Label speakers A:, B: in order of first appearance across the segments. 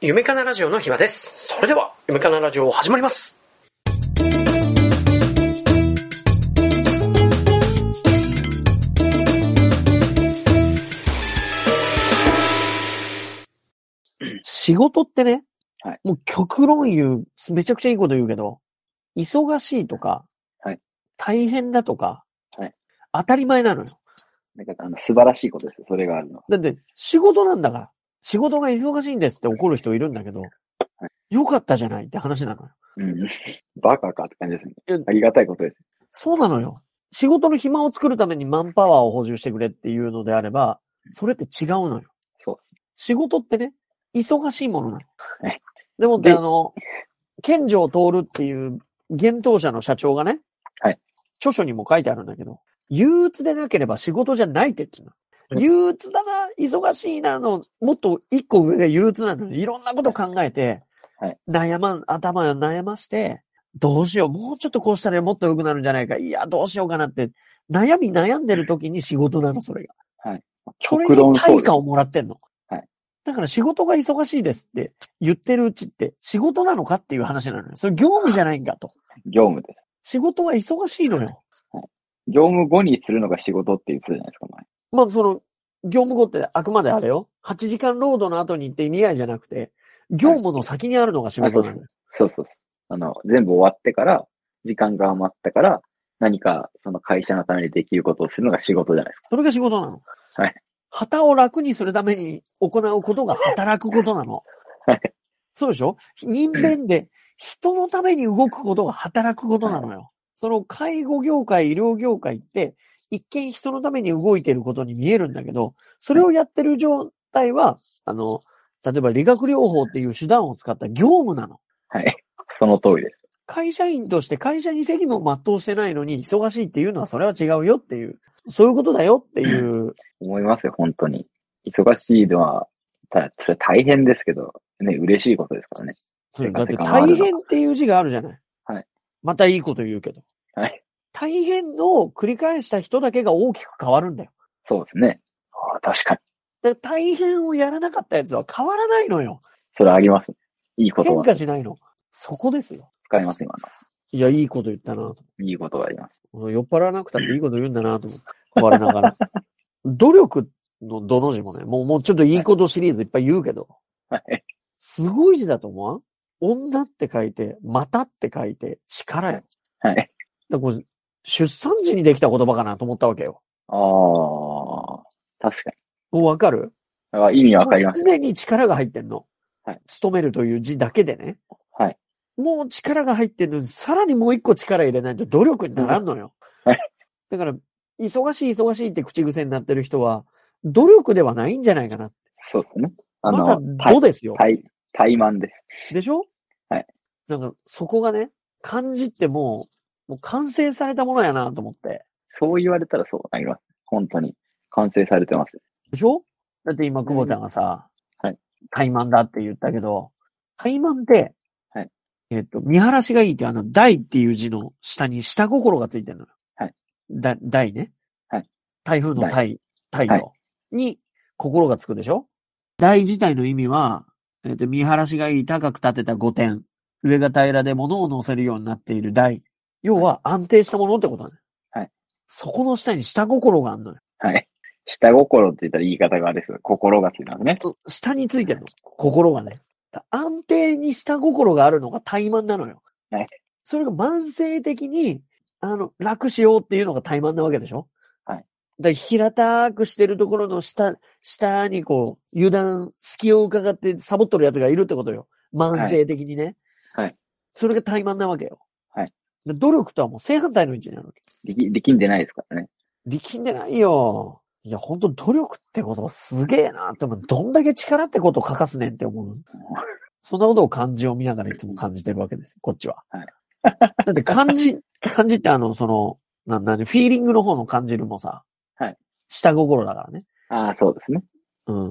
A: ゆめかなラジオの暇です。それでは、ゆめかなラジオ始まります。仕事ってね、
B: はい
A: もう極論言う、めちゃくちゃいいこと言うけど、忙しいとか、
B: はい
A: 大変だとか、
B: はい
A: 当たり前なのよ。
B: なんか、あの、素晴らしいことですよ。それがあるのは。
A: だって、仕事なんだから。仕事が忙しいんですって怒る人いるんだけど、よかったじゃないって話なのよ。
B: うん。バカかって感じです
A: いや
B: ね。ありがたいことです。
A: そうなのよ。仕事の暇を作るためにマンパワーを補充してくれっていうのであれば、それって違うのよ。
B: そう。
A: 仕事ってね、忙しいものなの
B: はい。
A: でもって、
B: で
A: あの、健城徹っていう、現当社の社長がね、
B: はい。
A: 著書にも書いてあるんだけど、憂鬱でなければ仕事じゃないって言ってる
B: う
A: の。憂鬱だな、忙しいなの、もっと一個上が憂鬱なのよ。いろんなこと考えて、
B: はい
A: 悩まん、頭を悩まして、どうしよう、もうちょっとこうしたらもっと良くなるんじゃないか、いや、どうしようかなって、悩み悩んでる時に仕事なの、それが。それ
B: 極論
A: に
B: そう
A: 対
B: です
A: 価。をもらってんの。
B: はい。
A: だから仕事が忙しいですって言ってるうちって、仕事なのかっていう話なのよ。それ業務じゃないんだと。
B: 業務です。
A: 仕事は忙しいのよ。
B: 業務後にするのが仕事って言ってたじゃないですか、前。
A: まあ、その、業務後ってあくまであれよ。8時間労働の後にって意味合いじゃなくて、業務の先にあるのが仕事なのよ。
B: そうそうそう。あの、全部終わってから、時間が余ったから、何かその会社のためにできることをするのが仕事じゃないですか。
A: それが仕事なの。
B: はい。
A: 旗を楽にするために行うことが働くことなの。
B: はい。
A: そうでしょ人間で人のために動くことが働くことなのよ。その介護業界、医療業界って、一見人のために動いてることに見えるんだけど、それをやってる状態は、あの、例えば理学療法っていう手段を使った業務なの。
B: はい。その通りです。
A: 会社員として会社に責務を全うしてないのに忙しいっていうのはそれは違うよっていう、そういうことだよっていう
B: 思いますよ、本当に。忙しいのは、たそれ大変ですけど、ね、嬉しいことですからね。
A: そうだっ
B: 生
A: て
B: 活感はある
A: 大
B: の
A: 変っていう字があるじゃない。
B: はい。
A: またいいこと言うけど。
B: はい。
A: 大変を繰り返した人だけが大きく変わるんだよ。
B: そうですね。ああ、確かに。
A: だから大変をやらなかったやつは変わらないのよ。
B: それあります。いい言
A: 変
B: 葉
A: 化しないの。そこですよ。
B: 使います、今
A: いや、いいこと言ったなと。
B: の。いい言葉あります。
A: 酔っ払わなくたっていいこと言うんだなと思って。我なが ら。努力のどの字もね、もう、もうちょっといいことシリーズいっぱい言うけど、
B: はい。
A: すごい字だと思わん女って書いて、またって書いて、力よ。
B: はい。
A: だからこれ出産時にできた言葉かなと思ったわけよ。
B: ああ、確か
A: もうわかる
B: に。あ意味わかりま
A: もう
B: す。
A: すでに力が入ってんの。
B: はい。
A: 勤めるという字だけでね。
B: はい。
A: もう力が入ってんのに、さらにもう一個力入れないと努力にならんのよ。
B: はい。
A: だから、忙しい忙しいって口癖になってる人は、努力ではないんじゃないかな。
B: そうですね。あ
A: ま
B: の
A: だ、度ですよ。
B: 対、対マンです。
A: でしょ
B: はい。
A: なんか、そこがね、漢字ってもう、もう完成されたものやなと思って。
B: そう言われたらそうなります。本当に。完成されてます。
A: でしょだって今、久保田がさ、
B: はい。
A: 怠慢だって言ったけど、怠慢って、
B: はい。
A: えっと、見晴らしがいいってあの、大っていう字の下に下心がついてるのよ。
B: はい。
A: だ、大ね。
B: はい。
A: 台風の大、太陽、
B: はい
A: に心がつくでしょ大自体の意味は、えっと、見晴らしがいい高く立てた5点。上が平らで物を乗せるようになっている大。要は安定したものってことだね。
B: はい。
A: そこの下に下心があるのよ。
B: はい。下心って言ったら言い方があれです。心がついてますね。
A: 下についてるの。心がね。安定に下心があるのが怠慢なのよ。
B: はい
A: それが慢性的に、あの、楽しようっていうのが怠慢なわけでしょ
B: はい
A: だから平たくしてるところの下、下にこう、油断、隙を伺ってサボっとるやつがいるってことよ。慢性的にね。
B: はいはい
A: それが怠慢なわけよ。
B: はい
A: で努力とはもう正反対の位置にあるわけ。
B: 力力んでないですからね。
A: 力んでないよ。いや、ほんと努力ってことすげえなって思う。どんだけ力ってことを欠かすねんって思う。そんなことを漢字を見ながらいつも感じてるわけです。こっちは。
B: はい
A: だって漢字、漢字ってあの、その、な、なに、フィーリングの方の感じるもさ。
B: はい。
A: 下心だからね。
B: ああ、そうですね。
A: うん。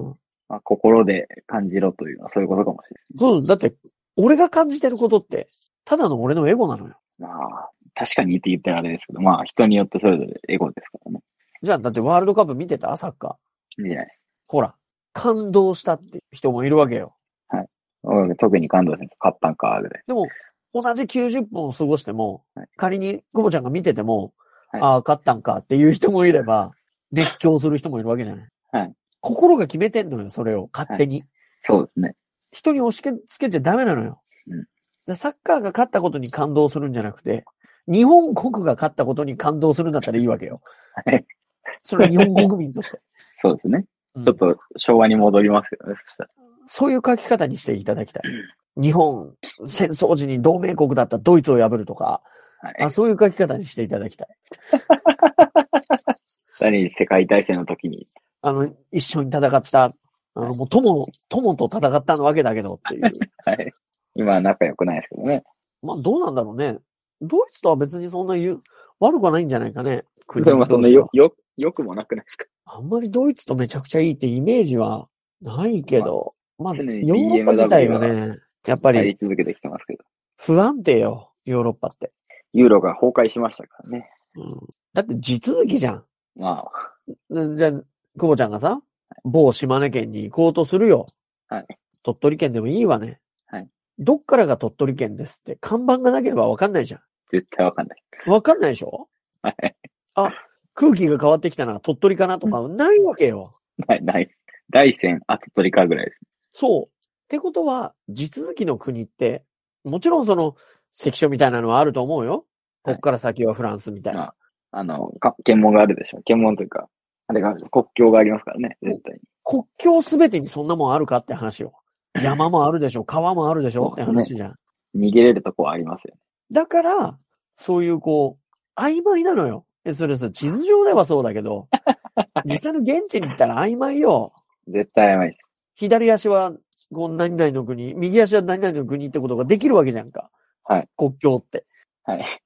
B: まあ、心で感じろというのはそういうことかもしれ
A: そう、だって、俺が感じてることって、ただの俺のエゴなのよ。
B: ない。まあ、確かにって言ったらあれですけど、まあ、人によってそれぞれエゴですからね。
A: じゃあ、だってワールドカップ見てたサッカー。
B: いいじゃないです
A: ほら、感動したって人もいるわけよ。
B: はい。うん特に感動先生、買ったんか、ぐらい。
A: でも、同じ90分を過ごしても
B: はい、
A: 仮に久保ちゃんが見てても、
B: はい
A: ああ、勝ったんかっていう人もいれば、熱狂する人もいるわけじゃない。
B: はい
A: 心が決めてんのよ、それを、勝手に。
B: そうですね。
A: 人に押し付けちゃダメなのよ。
B: うん
A: でサッカーが勝ったことに感動するんじゃなくて、日本国が勝ったことに感動するんだったらいいわけよ。
B: はい。
A: それは日本国民と して。
B: そうですね。
A: うん
B: ちょっと昭和に戻りますよね、そしたら。
A: そういう書き方にしていただきたい。日本、戦争時に同盟国だったドイツを破るとか、
B: はい
A: あそういう書き方にしていただきたい。
B: さらに世界大戦の時に。
A: あの、一緒に戦った、あの、もう友、友と戦ったわけだけどって いう。
B: はい。今は仲良くないですけどね。
A: まあ、どうなんだろうね。ドイツとは別にそんな言う、悪くはないんじゃないかね。国
B: でもそん
A: 同
B: な
A: 士は
B: よ、よ、よくもなくないですか
A: あんまりドイツとめちゃくちゃいいってイメージはないけど、まあ、
B: 常
A: ヨ
B: に
A: ーロッパ自体が
B: BMW
A: ね、やっぱ
B: や
A: り
B: り続けてきてますけど。
A: 不安定よ、ヨーロッパって。
B: ユーロが崩壊しましたからね。
A: うん、だって地続きじゃん。
B: まあ、
A: んじゃあ、久保ちゃんがさ、某島根県に行こうとするよ。
B: はい
A: 鳥取県でもいいわね。
B: はい
A: どっからが鳥取県ですって、看板がなければわかんないじゃ
B: 絶対わかんない。
A: ん。わかんないでしょ
B: はい。
A: 空気が変わってきたのは鳥取かなとか、ないわけよ。
B: ない、ない。大戦、厚取りかぐらいです。
A: そう。ってことは、地続きの国って、もちろんその、関所みたいなのはあると思うよ。こ
B: はい
A: っから先はフランスみたいな。
B: まあ、あの、か検問があるでしょ。検問というか、あれが、国境がありますからね、絶対に。
A: 国境すべてにそんなもんあるかって話 よ。山もあるでしょ、川もあるでしょって
B: そうね
A: 話じゃん。
B: 逃げれるとこはありますよ。
A: だから、そういうこう、曖昧なのよ。えそれさ、地図上ではそうだけ ど、実際の現地に行ったら曖昧よ。
B: 絶対甘いです。
A: 左足は、こう、何々の国、右足は何々の国ってことができるわけじゃんか。
B: はい。
A: 国境って。
B: はい。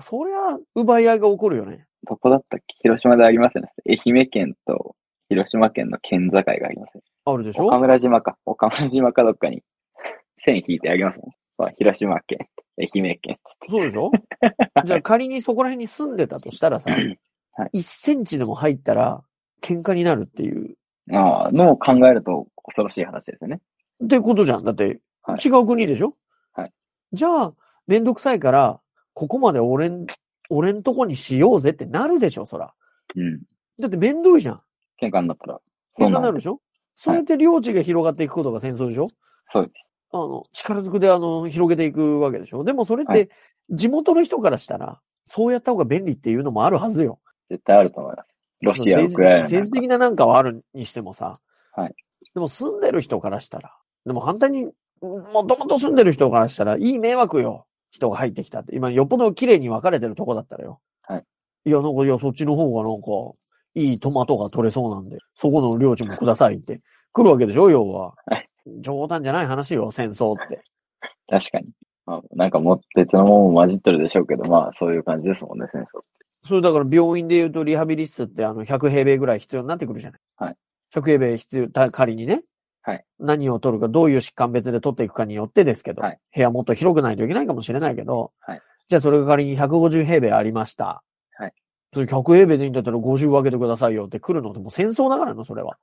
A: そりゃ、奪い合いが起こるよね。
B: どこだったっけ広島でありますよね。愛媛県と広島県の県境がありますよ。
A: あるでしょ
B: 岡村島か。岡村島かどっかに線引いてありますね。そう広島県、愛媛県 つって。
A: そうでし ょじゃあ仮にそこら辺に住んでたとしたらさ、
B: はい
A: 1センチでも入ったら喧嘩になるっていう。
B: ああ、のを考えると恐ろしい話ですよね。
A: ってことじゃん。だって
B: は、い
A: 違う国でしょ、
B: はい
A: じゃあ、めんどくさいから、ここまで俺ん、俺んとこにしようぜってなるでしょ、そら。
B: うん。
A: だってめんどいじゃん。
B: 喧嘩になったら。
A: 喧嘩
B: う
A: に
B: な
A: なんる
B: で。
A: ですしょそうやって領地が広がっていくことが戦争でしょ、
B: そうです。
A: あの、力ずくであの、広げていくわけでしょでもそれっ
B: は
A: て、地元の人からしたら、そうやった方が便利っていうのもあるはずよ。
B: 絶対あると思います。ロシア、ウ
A: 政治
B: クライナなんか。
A: 政治的ななんかはあるにしてもさ。
B: はい。
A: でも住んでる人からしたら、でも反対に、もともと住んでる人からしたら、いい迷惑よ。人が入ってきたって。今、よっぽど綺麗に分かれてるとこだったらよ。
B: はい。
A: いや、なんか、いや、そっちの方がなんか、いいトマトが取れそうなんで、そこの領地もくださいって。来るわけでしょ、要は。
B: はい
A: 冗談じゃない話よ、戦争って。
B: 確かに。まあ、なんかもう別のもんも混じってるでしょうけど、まあそういう感じですもんね、戦争。
A: それだから病院で言うとリハビリ室ってあの100平米ぐらい必要になってくるじゃない。
B: はい。
A: 100平米必要、た仮にね。
B: はい。
A: 何を取るか、どういう疾患別で取っていくかによってですけど、
B: はい
A: 部屋もっと広くないといけないかもしれないけど、
B: はい。
A: じゃあそれが仮に150平米ありました。
B: はい。
A: それ100平米でいいんだったら50分けてくださいよって来るのってもう戦争だからな、それは。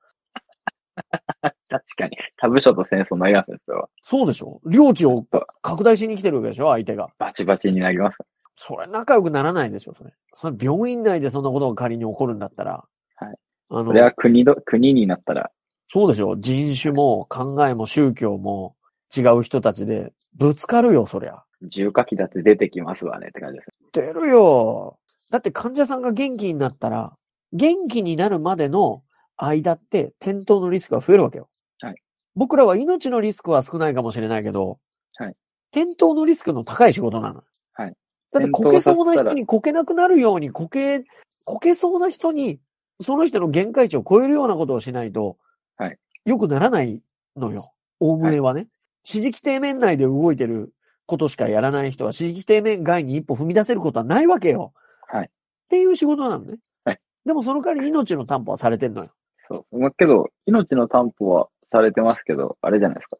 B: 確かに。他部署と戦争になりますよ、それは。
A: そうでしょ領地を拡大しに来てるわけでしょ相手が。
B: バチバチになります。
A: それ仲良くならないでしょそれ。それ病院内でそんなことが仮に起こるんだったら。
B: はい。
A: あの
B: それ、は国ど、国になったら、
A: そうでしょ人種も考えも宗教も違う人たちでぶつかるよ、そりゃ。
B: 重火器だって出てきますわねって感じです。
A: 出るよ。だって患者さんが元気になったら、元気になるまでの間って転倒のリスクが増えるわけよ。
B: はい
A: 僕らは命のリスクは少ないかもしれないけど、
B: はい
A: 転倒のリスクの高い仕事なの。
B: はい
A: だってこけそうな人にこけなくなるように、こけ、こけそうな人に、その人の限界値を超えるようなことをしないと、
B: はい
A: 良くならないのよ。おおむねはね。支持規定面内で動いてることしかやらない人は、地域底面外に一歩踏み出せることはないわけよ。
B: はい
A: っていう仕事なのね。
B: はい
A: でもその代わり命の担保はされてんのよ。
B: そう。まあ、けど、命の担保はされてますけど、あれじゃないですか。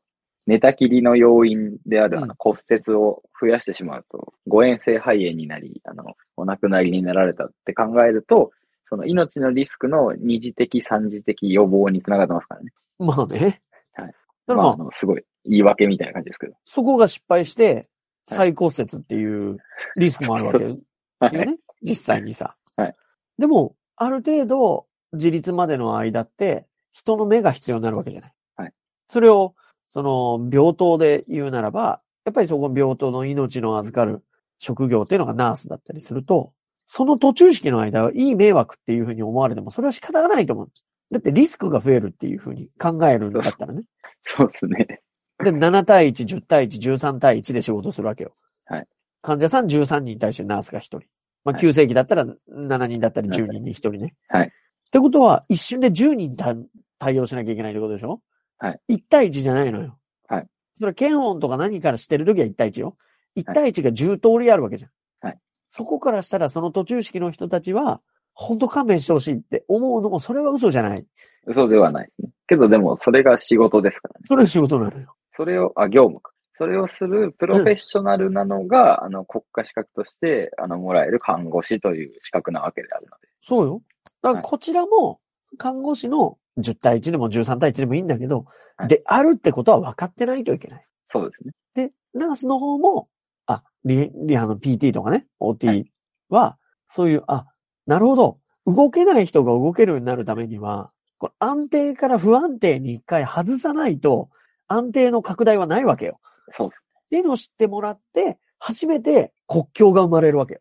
B: 寝たきりの要因であるあ
A: うん
B: の骨折を増やしてしまうと、誤嚥性肺炎になり、あの、お亡くなりになられたって考えると、その命のリスクの二次的、三次的予防につながってますからね。
A: まあね。
B: はい
A: だか
B: ま
A: らま
B: あ、あ
A: あ、
B: の、すごい言い訳みたいな感じですけど。
A: そこが失敗して、再骨折っていうリスクもあるわけよ
B: は
A: よ
B: い。
A: ね。実際にさ。
B: はい
A: でも、ある程度、自立までの間って、人の目が必要になるわけじゃない。
B: はい
A: それを、その、病棟で言うならば、やっぱりそこ病棟の命の預かる職業っていうのがナースだったりすると、その途中式の間はいい迷惑っていうふうに思われても、それは仕方がないと思う。だってリスクが増えるっていうふうに考えるんだったらね。
B: そうですね。
A: で、7対1、10対1、13対1で仕事するわけよ。
B: はい。
A: 患者さん13人に対してナースが1人。まあ、
B: はい
A: 急性期だったら7人だったり10人に1人ね。
B: はい
A: ってことは、一瞬で10人た対応しなきゃいけないってことでしょ
B: はい。
A: 1対1じゃないのよ。
B: はい。
A: それ、検温とか何からしてるときは1対1よ。1対1が10通りあるわけじゃん。
B: はい。
A: そこからしたら、その途中式の人たちは、本当勘弁してほしいって思うのも、それは嘘じゃない。
B: 嘘ではないですね。けどでも、それが仕事ですからね。
A: それが仕事なのよ。
B: それを、あ、業務か。それをするプロフェッショナルなのが、あの、国家資格として、あの、もらえる看護師という資格なわけであるので。
A: そうよ。だから
B: はい
A: こちらも、看護師の10対1でも13対1でもいいんだけど、
B: はい
A: であるってことは分かってないといけない。
B: そうですね。
A: で、ナースの方も、あ、リリハの PT とかね、
B: は
A: OT は、そういう、あ、なるほど。動けない人が動けるようになるためには、これ安定から不安定に一回外さないと、安定の拡大はないわけよ。
B: そうです。
A: っていうのを知ってもらって、初めて国境が生まれるわ けよ。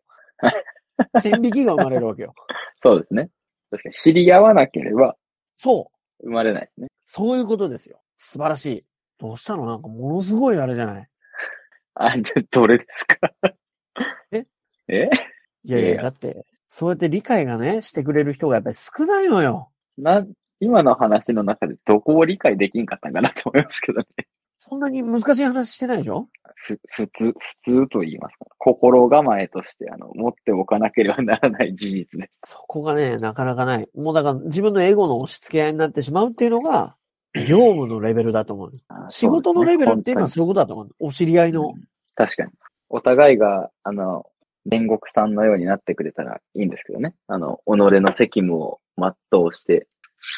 A: 線引きが生まれるわけよ。
B: そうですね。確かに、知り合わなければ
A: そう。
B: 生まれないですね。
A: そういうことですよ。素晴らしい。どうしたのなんかものすごいあれじゃない
B: あ、じゃあどれですか
A: え
B: え
A: いやい
B: いやい
A: や、
B: や
A: だって、そうやって理解がね、してくれる人がやっぱり少ないのよ。
B: な、今の話の中でどこを理解できんかったんかなと思いますけどね。
A: そんなに難しい話してないでしょ
B: ふ、普通、普通と言いますか。心構えとして、あの、持っておかなければならない事実で
A: そこがね、なかなかない。もうだから自分のエゴの押し付け合いになってしまうっていうの が、業務のレベルだと思う。
B: す。
A: 仕事のレベルっていうのは
B: そ
A: そういうことだと思う。お知り合いの
B: う。ん確かに。お互いが、あの、煉獄さんのようになってくれたらいいんですけどね。あの、己の責務を全うして、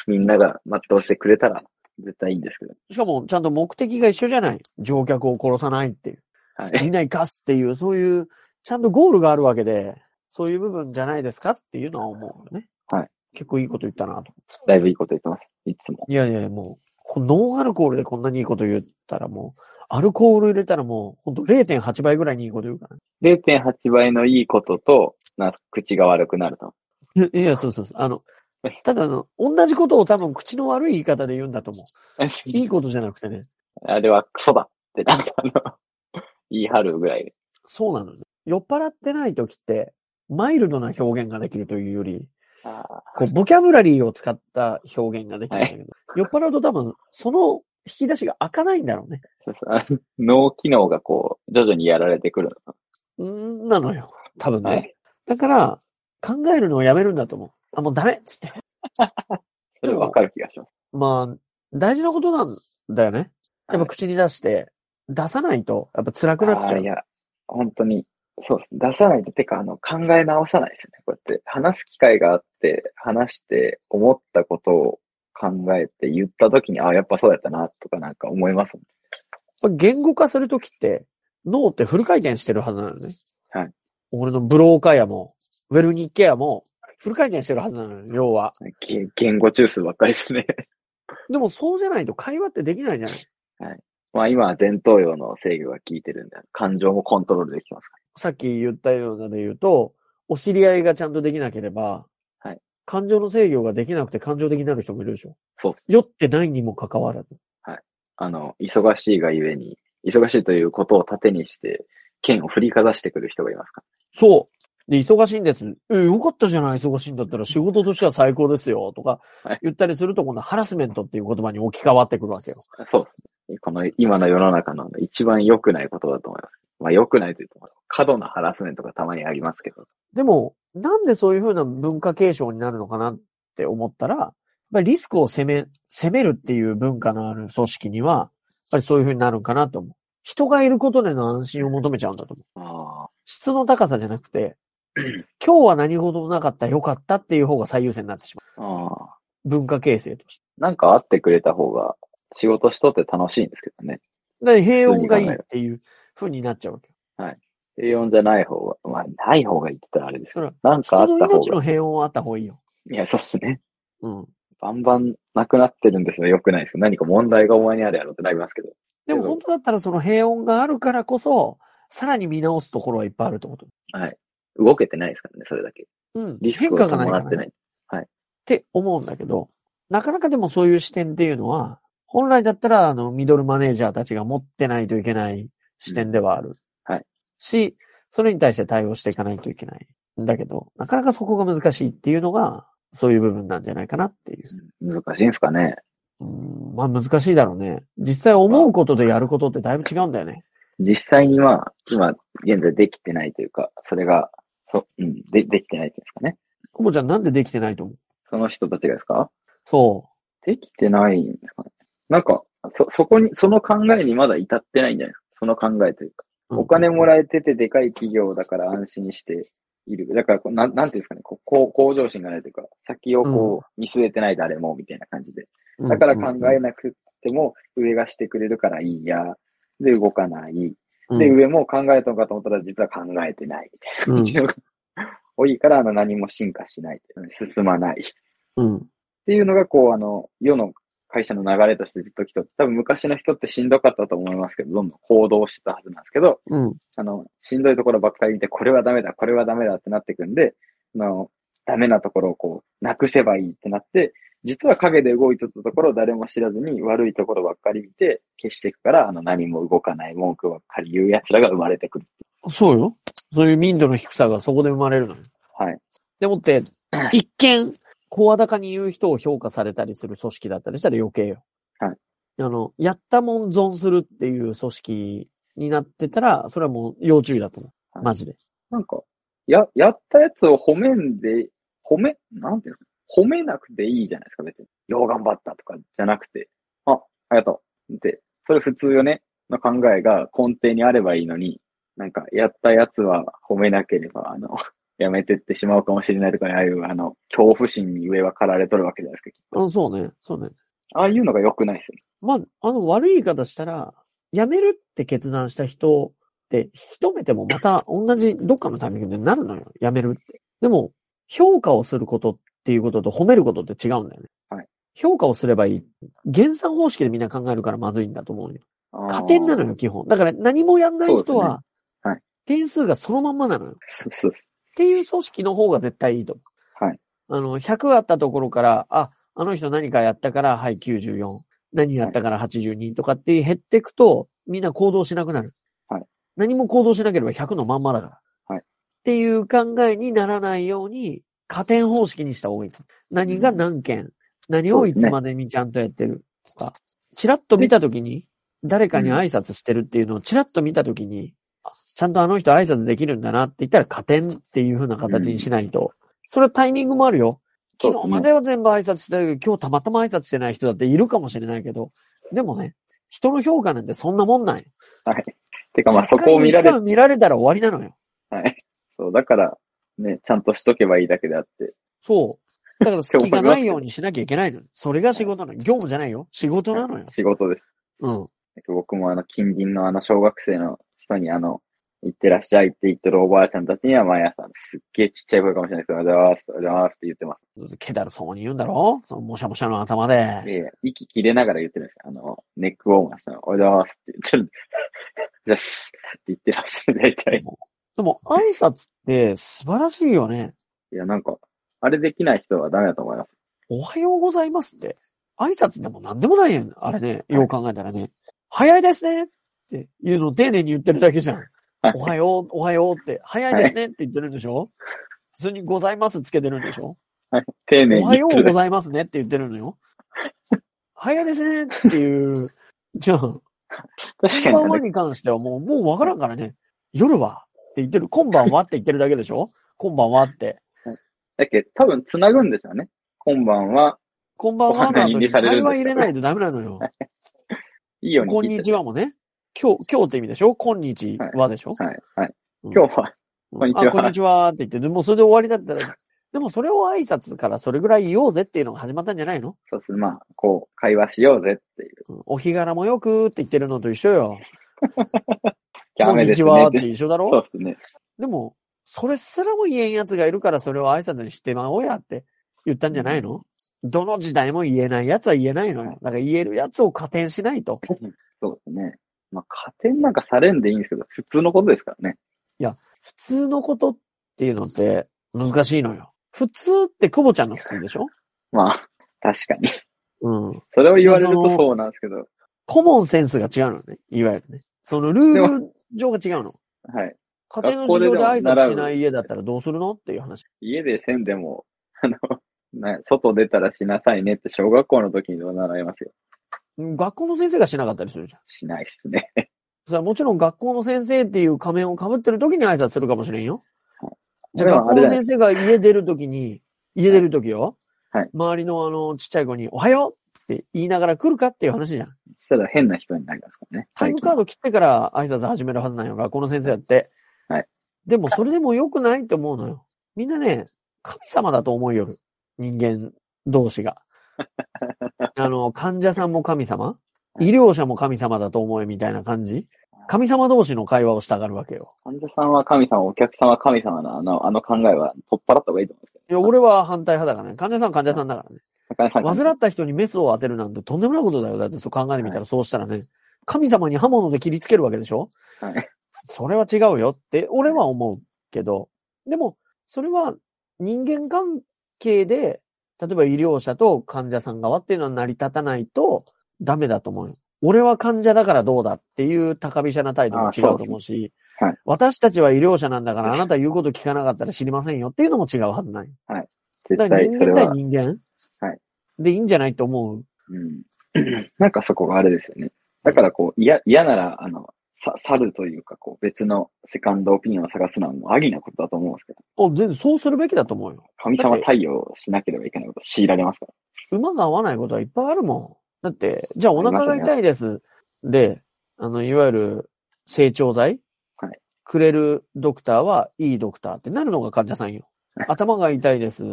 B: みんなが全うしてくれたら絶対いいんですけど。
A: しかも、ちゃんと目的が一緒じゃない。乗客を殺さないっていう。
B: は
A: み
B: い。
A: んな生かすっていう、そういう、ちゃんとゴールがあるわけで、そういう部分じゃないですかっていうのは思うよね。
B: はい。
A: 結構いいこと言ったなと。
B: だいぶいいこと言ってます。いつも。
A: いやいや、もう、このノンアルコールでこんなにいいこと言ったらもう、アルコール入れたらもう、ほんと0.8倍ぐらいにいいこと言うから
B: 0.8倍のいいことと、な口が悪くなると。
A: ね。いやいや、そうそうそう。あの、ただあの、同じことを多分口の悪い言い方で言うんだと思う。 いいことじゃなくてね。
B: あれはクソだって、なんかあの、 言い張るぐらいで。
A: そうなのね。酔っ払ってない時って、マイルドな表現ができるというより、
B: ああ、
A: こう、ボキャブラリーを使った表現ができるんだけど、酔っ払うと多分、その引き出しが開かないんだろうね。
B: そうそうあの脳機能がこう、徐々にやられてくるの。
A: うーんなのよ。多分ね。
B: はい
A: だから、考えるのをやめるんだと思う。あ、もうダメっつって。
B: それわかる気がします。
A: まあ、大事なことなんだよね。やっ
B: は
A: ぱ
B: い
A: 口に出して、出さないと、やっぱ辛くなっちゃ
B: あー
A: う
B: い。や、本当に、そうです。出さないと、てか、あの、考え直さないですよね。こうやって、話す機会があって、話して、思ったことを考えて言ったときに、ああ、やっぱそうやったな、とかなんか思いますもん。
A: やっぱ言語化するときって、脳ってフル回転してるはずなのね。
B: はい。
A: 俺のブローカーやも、ウェルニッケアも、フル回転してるはずなのよ、要は。
B: げ言語中枢ばっかりですね。
A: でもそうじゃないと会話ってできないじゃない。
B: まあ今は前頭葉の制御が効いてるんで、感情もコントロールできますか
A: さっき言ったようなで言うと、お知り合いがちゃんとできなければ、
B: はい
A: 感情の制御ができなくて感情的になる人もいるでしょ。
B: そうで
A: 酔ってないにもかかわらず。
B: あの、忙しいがゆえに、忙しいということを盾にして、剣を振りかざしてくる人がいますか
A: そう。で、忙しいんです。え、よかったじゃない、忙しいんだったら仕事としては最高ですよ、とか
B: はい
A: 言ったりすると、このハラスメントっていう言葉に置き換わってくるわけよ。
B: ら。そうですね。この今の世の中の一番良くないことだと思います。まあ良くないというと、過度なハラスメントがたまにありますけど。
A: でも、なんでそういう風な文化継承になるのかなって思ったら、やっぱりリスクを責め、責めるっていう文化のある組織には、やっぱりそういう風になるんかなと思う。人がいることでの安心を求めちゃうんだと思う。
B: あ
A: 質の高さじゃなくて、今日は何事もなかった、良かったっていう方が最優先になってしま
B: あ。ああ。
A: う。文化形成として。
B: なんか会ってくれた方が仕事しとって楽しいんですけどね。
A: だから平穏がいいっていう風になっちゃうわけ。
B: 平穏じゃない方が、まあ、ない方がいいって言ったらあれです
A: そ
B: よ。
A: れは、
B: なんかあ
A: 人
B: っ
A: の
B: た方
A: 命の
B: が。
A: 平穏はあった方がいいよ。
B: いや、そうっすね。
A: うん。
B: バンバンなくなってるんですよ。良くないですよ。何か問題がお前にあるやろってなりますけど。
A: でも本当だったらその平穏があるからこそ、さらに見直すところはいっぱいあるってこと。
B: はい。動けてないですからね、それだけ。
A: うん。
B: リス
A: 変
B: ク
A: 化
B: を
A: がない
B: 伴
A: か
B: って
A: ら、
B: な
A: ね、
B: い。
A: って思うんだけど、なかなかでもそういう視点っていうのは、本来だったら、あの、ミドルマネージャーたちが持ってないといけない視点ではある。
B: うんはい。
A: し、それに対して対応していかないといけない。んだけど、なかなかそこが難しいっていうのが、そういう部分なんじゃないかなっていう。
B: うん難しいんですかね。
A: うん、まあ難しいだろうね。実際思うこととやることってだいぶ違うんだよね。
B: 実際には、今、現在できてないというか、それが、そうん、で、できてないっていうんですかね。
A: 久保ちゃんなんでできてないと思う
B: その人たちがですか
A: そ
B: できてないんですかね。なんか、そ、そこに、その考えにまだ至ってないんじゃないですか。その考えというか。
A: う。
B: お金も
A: え、
B: らえててでかい企業だから安心している。だからこう、なん、なんていうんですかね、こう、こう向上心がないというか、先をこう、見据えてない誰も、みたいな感じで。
A: うん
B: だから考えなくても、上がしてくれるからいいや。で、動かない。
A: うん
B: で、上も考えたのかと思ったら、実は考えてない。みた
A: う
B: いな
A: ん
B: 感じのが、多いから、あの、何も進化しない。進まない。
A: うん。
B: っていうのが、こう、あの、世の会社の流れとしてずっと来て、多分昔の人ってしんどかったと思いますけど、どんどん行動してたはずなんですけど、
A: うん。
B: あの、しんどいところばっかり見て、これはダメだ、これはダメだってなってくんで、あの、ダメなところをこう、なくせばいいってなって、実は影で動いてたところを誰も知らずに悪いところばっかり見て消していくから、あの何も動かない文句ばっかり言う奴らが生まれてくる。
A: そうよ。そういう民度の低さがそこで生まれるのよ。
B: はい。
A: でもって、 一見、声高に言う人を評価されたりする組織だったりしたら余計よ。
B: はい。
A: あの、やったもん損するっていう組織になってたら、それはもう要注意だと思
B: は
A: う。
B: い
A: マジで。
B: なんか、や、やったやつを褒めんで、褒め、なんていうんですか、褒めなくていいじゃないですか、別に。よう頑張ったとかじゃなくて、あ、ありがとう。って、それ普通よね、の考えが根底にあればいいのに、なんか、やったやつは褒めなければ、あの、 やめてってしまうかもしれないとか、ああいう、あの、恐怖心に上は駆られとるわけじゃないです
A: うん、そうね。そうね。
B: か。ああいうのが良くないですよね。
A: まあ、あの、悪い言い方したら、辞めるって決断した人って、一目てもまた同じどっかのタイミングでなるのよ。辞めるって。でも、評価をすることっていうことと褒めることって違うんだよね。
B: はい
A: 評価をすればいい。減算方式でみんな考えるからまずいんだと思うよ。
B: あー
A: 加点なのよ、基本。だから何もやんない人は、
B: そうですねはい
A: 点数がそのまんまなのよ。
B: そうそうそう。
A: っていう組織の方が絶対いいと思う。
B: はい。
A: あの、100あったところから、あ、あの人何かやったから、はい、94。何やったから82とかって減っていくと、みんな行動しなくなる。
B: はい。
A: 何も行動しなければ100のまんまだから。
B: はい
A: っていう考えにならないように、加点方式にした方がいいと。何が何件、何をいつまでにちゃんとやってるとか、チラッと見たときに、誰かに挨拶してるっていうのをチラッと見たときに、あちゃんとあの人挨拶できるんだなって言ったら加点っていう風な形にしないと。それはタイミングもあるよ。
B: そう
A: 昨日
B: ですね
A: までは全部挨拶してたけど、今日たまたま挨拶してない人だっているかもしれないけど、でもね、人の評価なんてそんなもんない。
B: はい。てか、まあ、そこを見られ
A: 一回見られたら終わりなのよ。
B: はい。そう、だから、ね、ちゃんとしとけばいいだけであって、
A: そう。だから隙が
B: って思いま
A: な
B: す
A: い
B: けど
A: ようにしなきゃいけない のよ。それが仕事なの。業務じゃないよ。仕事なのよ。
B: 仕事です。
A: うん。
B: 僕もあの、近隣のあの、小学生の人にあの、行ってらっしゃいって言ってるおばあちゃんたちには毎朝、すっげえちっちゃい声かもしれないですけど、おはようございます、おはようございますって言ってます。
A: けだるそうに言うんだろそのもしゃもしゃの頭で。
B: ええ息切れながら言ってるんですよ。あの、ネックウォーマーしたの、おはようございますって言ってるんで、よしって言ってます、大体。
A: でも挨拶って素晴らしいよね。
B: いや、なんか、あれできない人はダメだと思います。
A: おはようございますって。挨拶でも何でもないやん。あれね、よう考えたらね。早いですねっていうのを丁寧に言ってるだけじゃん。
B: はい
A: おはよう、おはようって。早いですねって言ってるんでしょ普通にございますつけてるんでしょ
B: 丁寧
A: お
B: に
A: は
B: 言
A: よ
B: って
A: う
B: るだ
A: ございますねって言ってるのよ。早いですねっていう。じゃあ、こ
B: け。
A: ん
B: 確かに
A: ば
B: あ
A: んは
B: れ、
A: に関してはもう、もうわからんからね。夜はって言ってる。今晩はって言ってるだけでしょこんばんはって。
B: だっけ多分繋ぐんでしょうね。今晩は、
A: こんばんはの後に会話入れないとダメなのよ。
B: いいように
A: こん
B: 聞い
A: に
B: て
A: ちはもね。今日、今日って意味でしょ今日はでしょ、
B: はい、はい。
A: うん
B: 今日は、
A: うん
B: こんにちは
A: あ、こんにちはって言って、でもうそれで終わりだったら、でもそれを挨拶からそれぐらい言おうぜっていうのが始まったんじゃないの、
B: そうする。まあ、こう、会話しようぜっていう。
A: うんお日柄もよくって言ってるのと一緒よ。
B: 今日
A: こん
B: 雨
A: に
B: で
A: ち
B: す
A: は
B: ね
A: っ
B: ってて。
A: 一緒だ
B: そう
A: ろ
B: ですね。
A: でも、それすらも言えんやつがいるからそれを挨拶にしてまおうやって言ったんじゃないのどの時代も言えないやつは言えないのよ。だから言えるやつを加点しないと。
B: そうですね。まあ、加点なんかされんでいいんですけど、普通のことですからね。
A: 普通のことっていうのって難しいのよ。普通って久保ちゃんの普通でしょ
B: まあ、確かに。
A: うん。
B: それを言われる
A: そ
B: と
A: の
B: そうなんですけど、
A: コモンセンスが違うのね。いわゆるね。そのルール上が違うの。
B: はい。
A: 家庭の事情で挨
B: 学校ででも習
A: 拶
B: う
A: しない家だったらどうするのっていう話。
B: 家でせんでも、 あの、な外出たらしなさいねって小学校の時に習いますよ。
A: 学校の先生がしなかったりするじゃん。
B: しないですね。
A: それはもちろん学校の先生っていう仮面を被ってる時に挨拶するかもしれんよ。じゃあ
B: で
A: 学
B: もあ
A: 校
B: れ
A: の
B: だよ
A: 先生が家出る時に、家出る時よ。
B: はい
A: 周りのあの、ちっちゃい子におはようって言いながら来るかっていう話じゃん。
B: そしたら変な人になりますからね。
A: タイムカード切ってから挨拶始めるはずなんよ、学校の先生だって。
B: はい。
A: でも、それでも良くないって思うのよ。みんなね、神様だと思いよる。人間同士 が。あの、患者さんも神様医療者も神様だと思えみたいな感じ神様同士の会話をしたがるわけよ。
B: 患者さんは神様、お客さんは神様のあの、あの考えは取っ払った方がいいと思うんです
A: いや、俺は反対派だからね。患者さん患者さんだからね。
B: よ。患者さん
A: 患った人にメスを当てるなんてとんでもないことだよ。だってそう考えてみたら、そうしたらね、神様に刃物で切りつけるわけでしょ
B: はい
A: それは違うよって、俺は思うけど、でも、それは人間関係で、例えば医療者と患者さん側っていうのは成り立たないとダメだと思うよ。俺は患者だからどうだっていう高飛車な態度も違うと思うし、
B: あそうですねはい
A: 私たちは医療者なんだからあなた言うこと聞かなかったら知りませんよっていうのも違うはずない。だ
B: 絶
A: から
B: 対
A: 人
B: それ
A: 間対
B: は、
A: 人間
B: はい
A: でいいんじゃないと思う。
B: うん。なんかそこがあれですよね。だからこう、嫌、嫌なら、あの、さ、去るというか、こう、別のセカンドオピニオンを探すのはもうありなことだと思うんですけど、
A: お全然そうするべきだと思うよ。
B: 神様対応しなければいけないことを強いられますから。
A: 馬が合わないことはいっぱいあるもん。だって、じゃあお腹が痛いです。で、あの、いわゆる成長剤、
B: はい
A: くれるドクターはいいドクターってなるのが患者さんよ。頭が痛いです。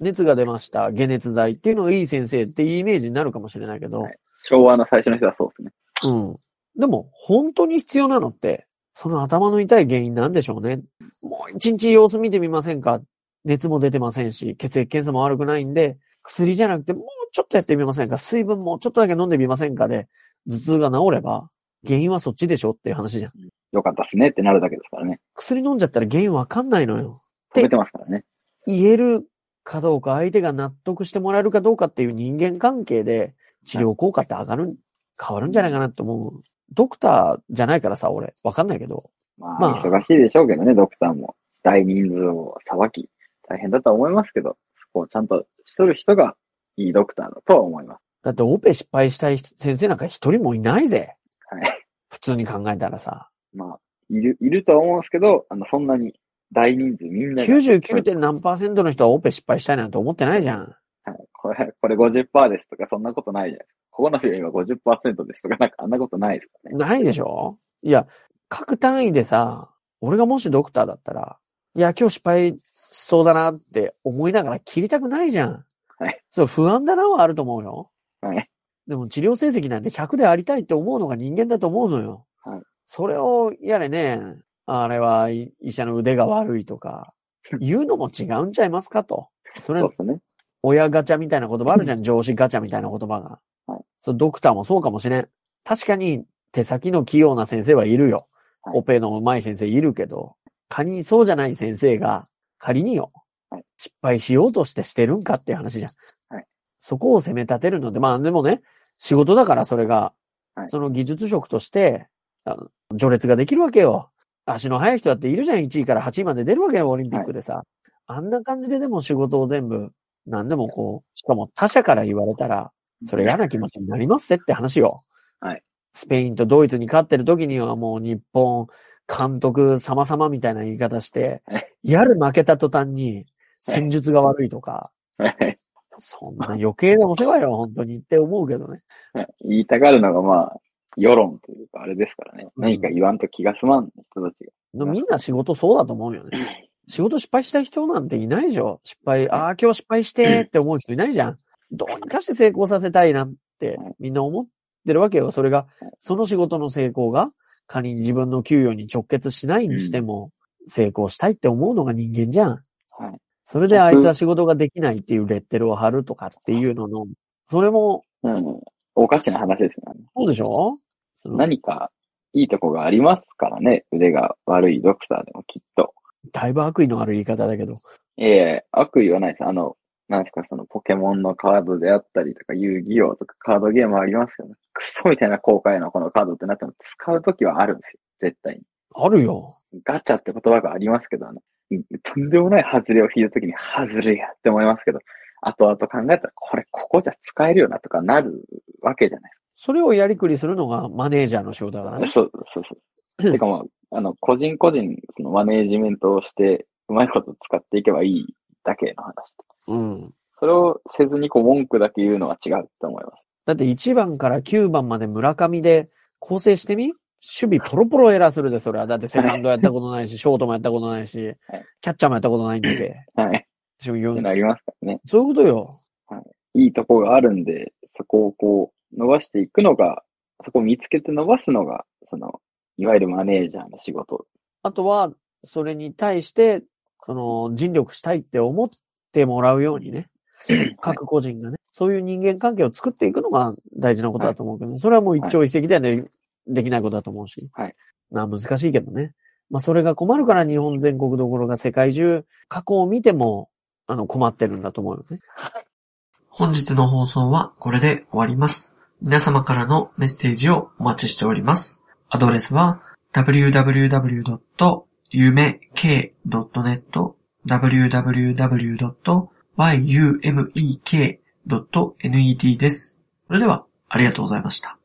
A: 熱が出ました。解熱剤っていうのがいい先生っていうイメージになるかもしれないけど、
B: はい昭和の最初の人はそうですね。
A: うん。でも、本当に必要なのって、その頭の痛い原因なんでしょうね。もう一日様子見てみませんか熱も出てませんし、血液検査も悪くないんで、薬じゃなくてもうちょっとやってみませんか水分もうちょっとだけ飲んでみませんかで、頭痛が治れば、原因はそっちでしょっていう話じゃん。
B: よかったっすねってなるだけですからね。
A: 薬飲んじゃったら原因わかんないのよ。で
B: 止めてますからね。
A: 言えるかどうか、相手が納得してもらえるかどうかっていう人間関係で、治療効果って上がる、変わるんじゃないかなって思う。ドクターじゃないからさ、俺、わかんないけど。
B: まあ、
A: まあ
B: 忙しいでしょうけどね、ドクターも。大人数をさばき、大変だとは思いますけど、そこをちゃんとしとる人がいいドクターだとは思います。
A: だってオペ失敗したい先生なんか一人もいないぜ。
B: はい。
A: 普通に考えたらさ。
B: まあ、いる、いるとは思うんですけど、あの、そんなに大人数みんなが。
A: 99. 点何パーセントの人はオペ失敗したいなんて思ってないじゃん。
B: はい。これ、これ50%ですとか、そんなことないじゃないですか。ここの病院は50%ですとか、なんかあんなことないですからね。
A: ないでしょいや、各単位でさ、俺がもしドクターだったら、いや、今日失敗しそうだなって思いながら切りたくないじゃん。
B: はい。
A: そう、不安だなはあると思うよ。
B: はい。
A: でも治療成績なんて100でありたいって思うのが人間だと思うのよ。
B: はい
A: それを、やれね、あれはい医者の腕が悪いと か、言うのも違うんちゃいますかと。それ
B: そう、ですね。
A: 親ガチャみたいな言葉あるじゃん、上司ガチャみたいな言葉が。
B: はい
A: そうドクターもそうかもしれん。確かに手先の器用な先生はいるよ。
B: はい
A: オペの上手い先生いるけど、仮にそうじゃない先生が、仮によ、
B: はい
A: 失敗しようとしてしてるんかっていう話じゃん。
B: はい
A: そこを責め立てるので、まあでもね、仕事だからそれが、
B: はい
A: その技術職として、あの序列ができるわけよ。足の速い人だっているじゃん、1位から8位まで出るわけよ、オリンピックでさ。あんな感じででも仕事を全部、何でもこう、しかも他者から言われたら、それ嫌な気持ちになりますぜって話よ。
B: はい。
A: スペインとドイツに勝ってる時にはもう日本、監督様々みたいな言い方して
B: は、
A: やる負けた途端に戦術が悪いとか、
B: はい。
A: そんな余計なお世話よ、本当にって思うけどね。
B: 言いたがるのが、まあ、世論というか、あれですからね。何か言わんと気が済まん人たちが。
A: でもみんな仕事そうだと思うよね。仕事失敗した人なんていないでしょ失敗、ああ、今日失敗してって思う人いないじゃん。どうにかして成功させたいなってみんな思ってるわけよ。それが、その仕事の成功が仮に自分の給与に直結しないにしても成功したいって思うのが人間じゃん。
B: はい。
A: それであいつは仕事ができないっていうレッテルを貼るとかっていうのの、それも、
B: うん。おかしな話ですよね。
A: そうでしょその
B: 何かいいとこがありますからね。腕が悪いドクターでもきっと。
A: だいぶ悪意のある言い方だけど。
B: いえいえ、悪意はないです。あの、なんですか、そのポケモンのカードであったりとか、遊戯王とかカードゲームありますけど、クソみたいな高価なこのカードってなっても使うときはあるんですよ。絶対に。
A: あるよ。
B: ガチャって言葉がありますけど、あの、うんとんでもない外れを引いたときに、外れやって思いますけど、後々考えたら、これ、ここじゃ使えるよなとかなるわけじゃない
A: それをやりくりするのがマネージャーの仕事だからね。
B: そう、そうそう。てかまあ、あの、個人個人、そのマネージメントをして、うまいこと使っていけばいいだけの話。
A: うん。
B: それをせずに、こう、文句だけ言うのは違うと思います。
A: だって1番から9番まで村上で構成してみ守備ポロポロエラーするで、それは。だってセカンドやったこと ないし、ショートもやったことないし
B: はい、
A: キャッチャーもやったことないんだけ。
B: はい。っ
A: そう
B: てなりますからね。
A: いうことよ。
B: いいとこがあるんで、そこをこう、伸ばしていくのが、そこを見つけて伸ばすのが、その、いわゆるマネージャーの仕事。
A: あとは、それに対して、その、尽力したいって思ってもらうようにね、各個人がね、そういう人間関係を作っていくのが大事なことだと思うけど、それはもう一朝一夕ではね、できないことだと思うし。
B: はい
A: まあ難しいけどね。まあそれが困るから日本全国どころが世界中、過去を見ても、あの困ってるんだと思うよね。
C: 本日の放送はこれで終わります。皆様からのメッセージをお待ちしております。アドレスは www.yumek.net www.yumek.net です。それでは、ありがとうございました。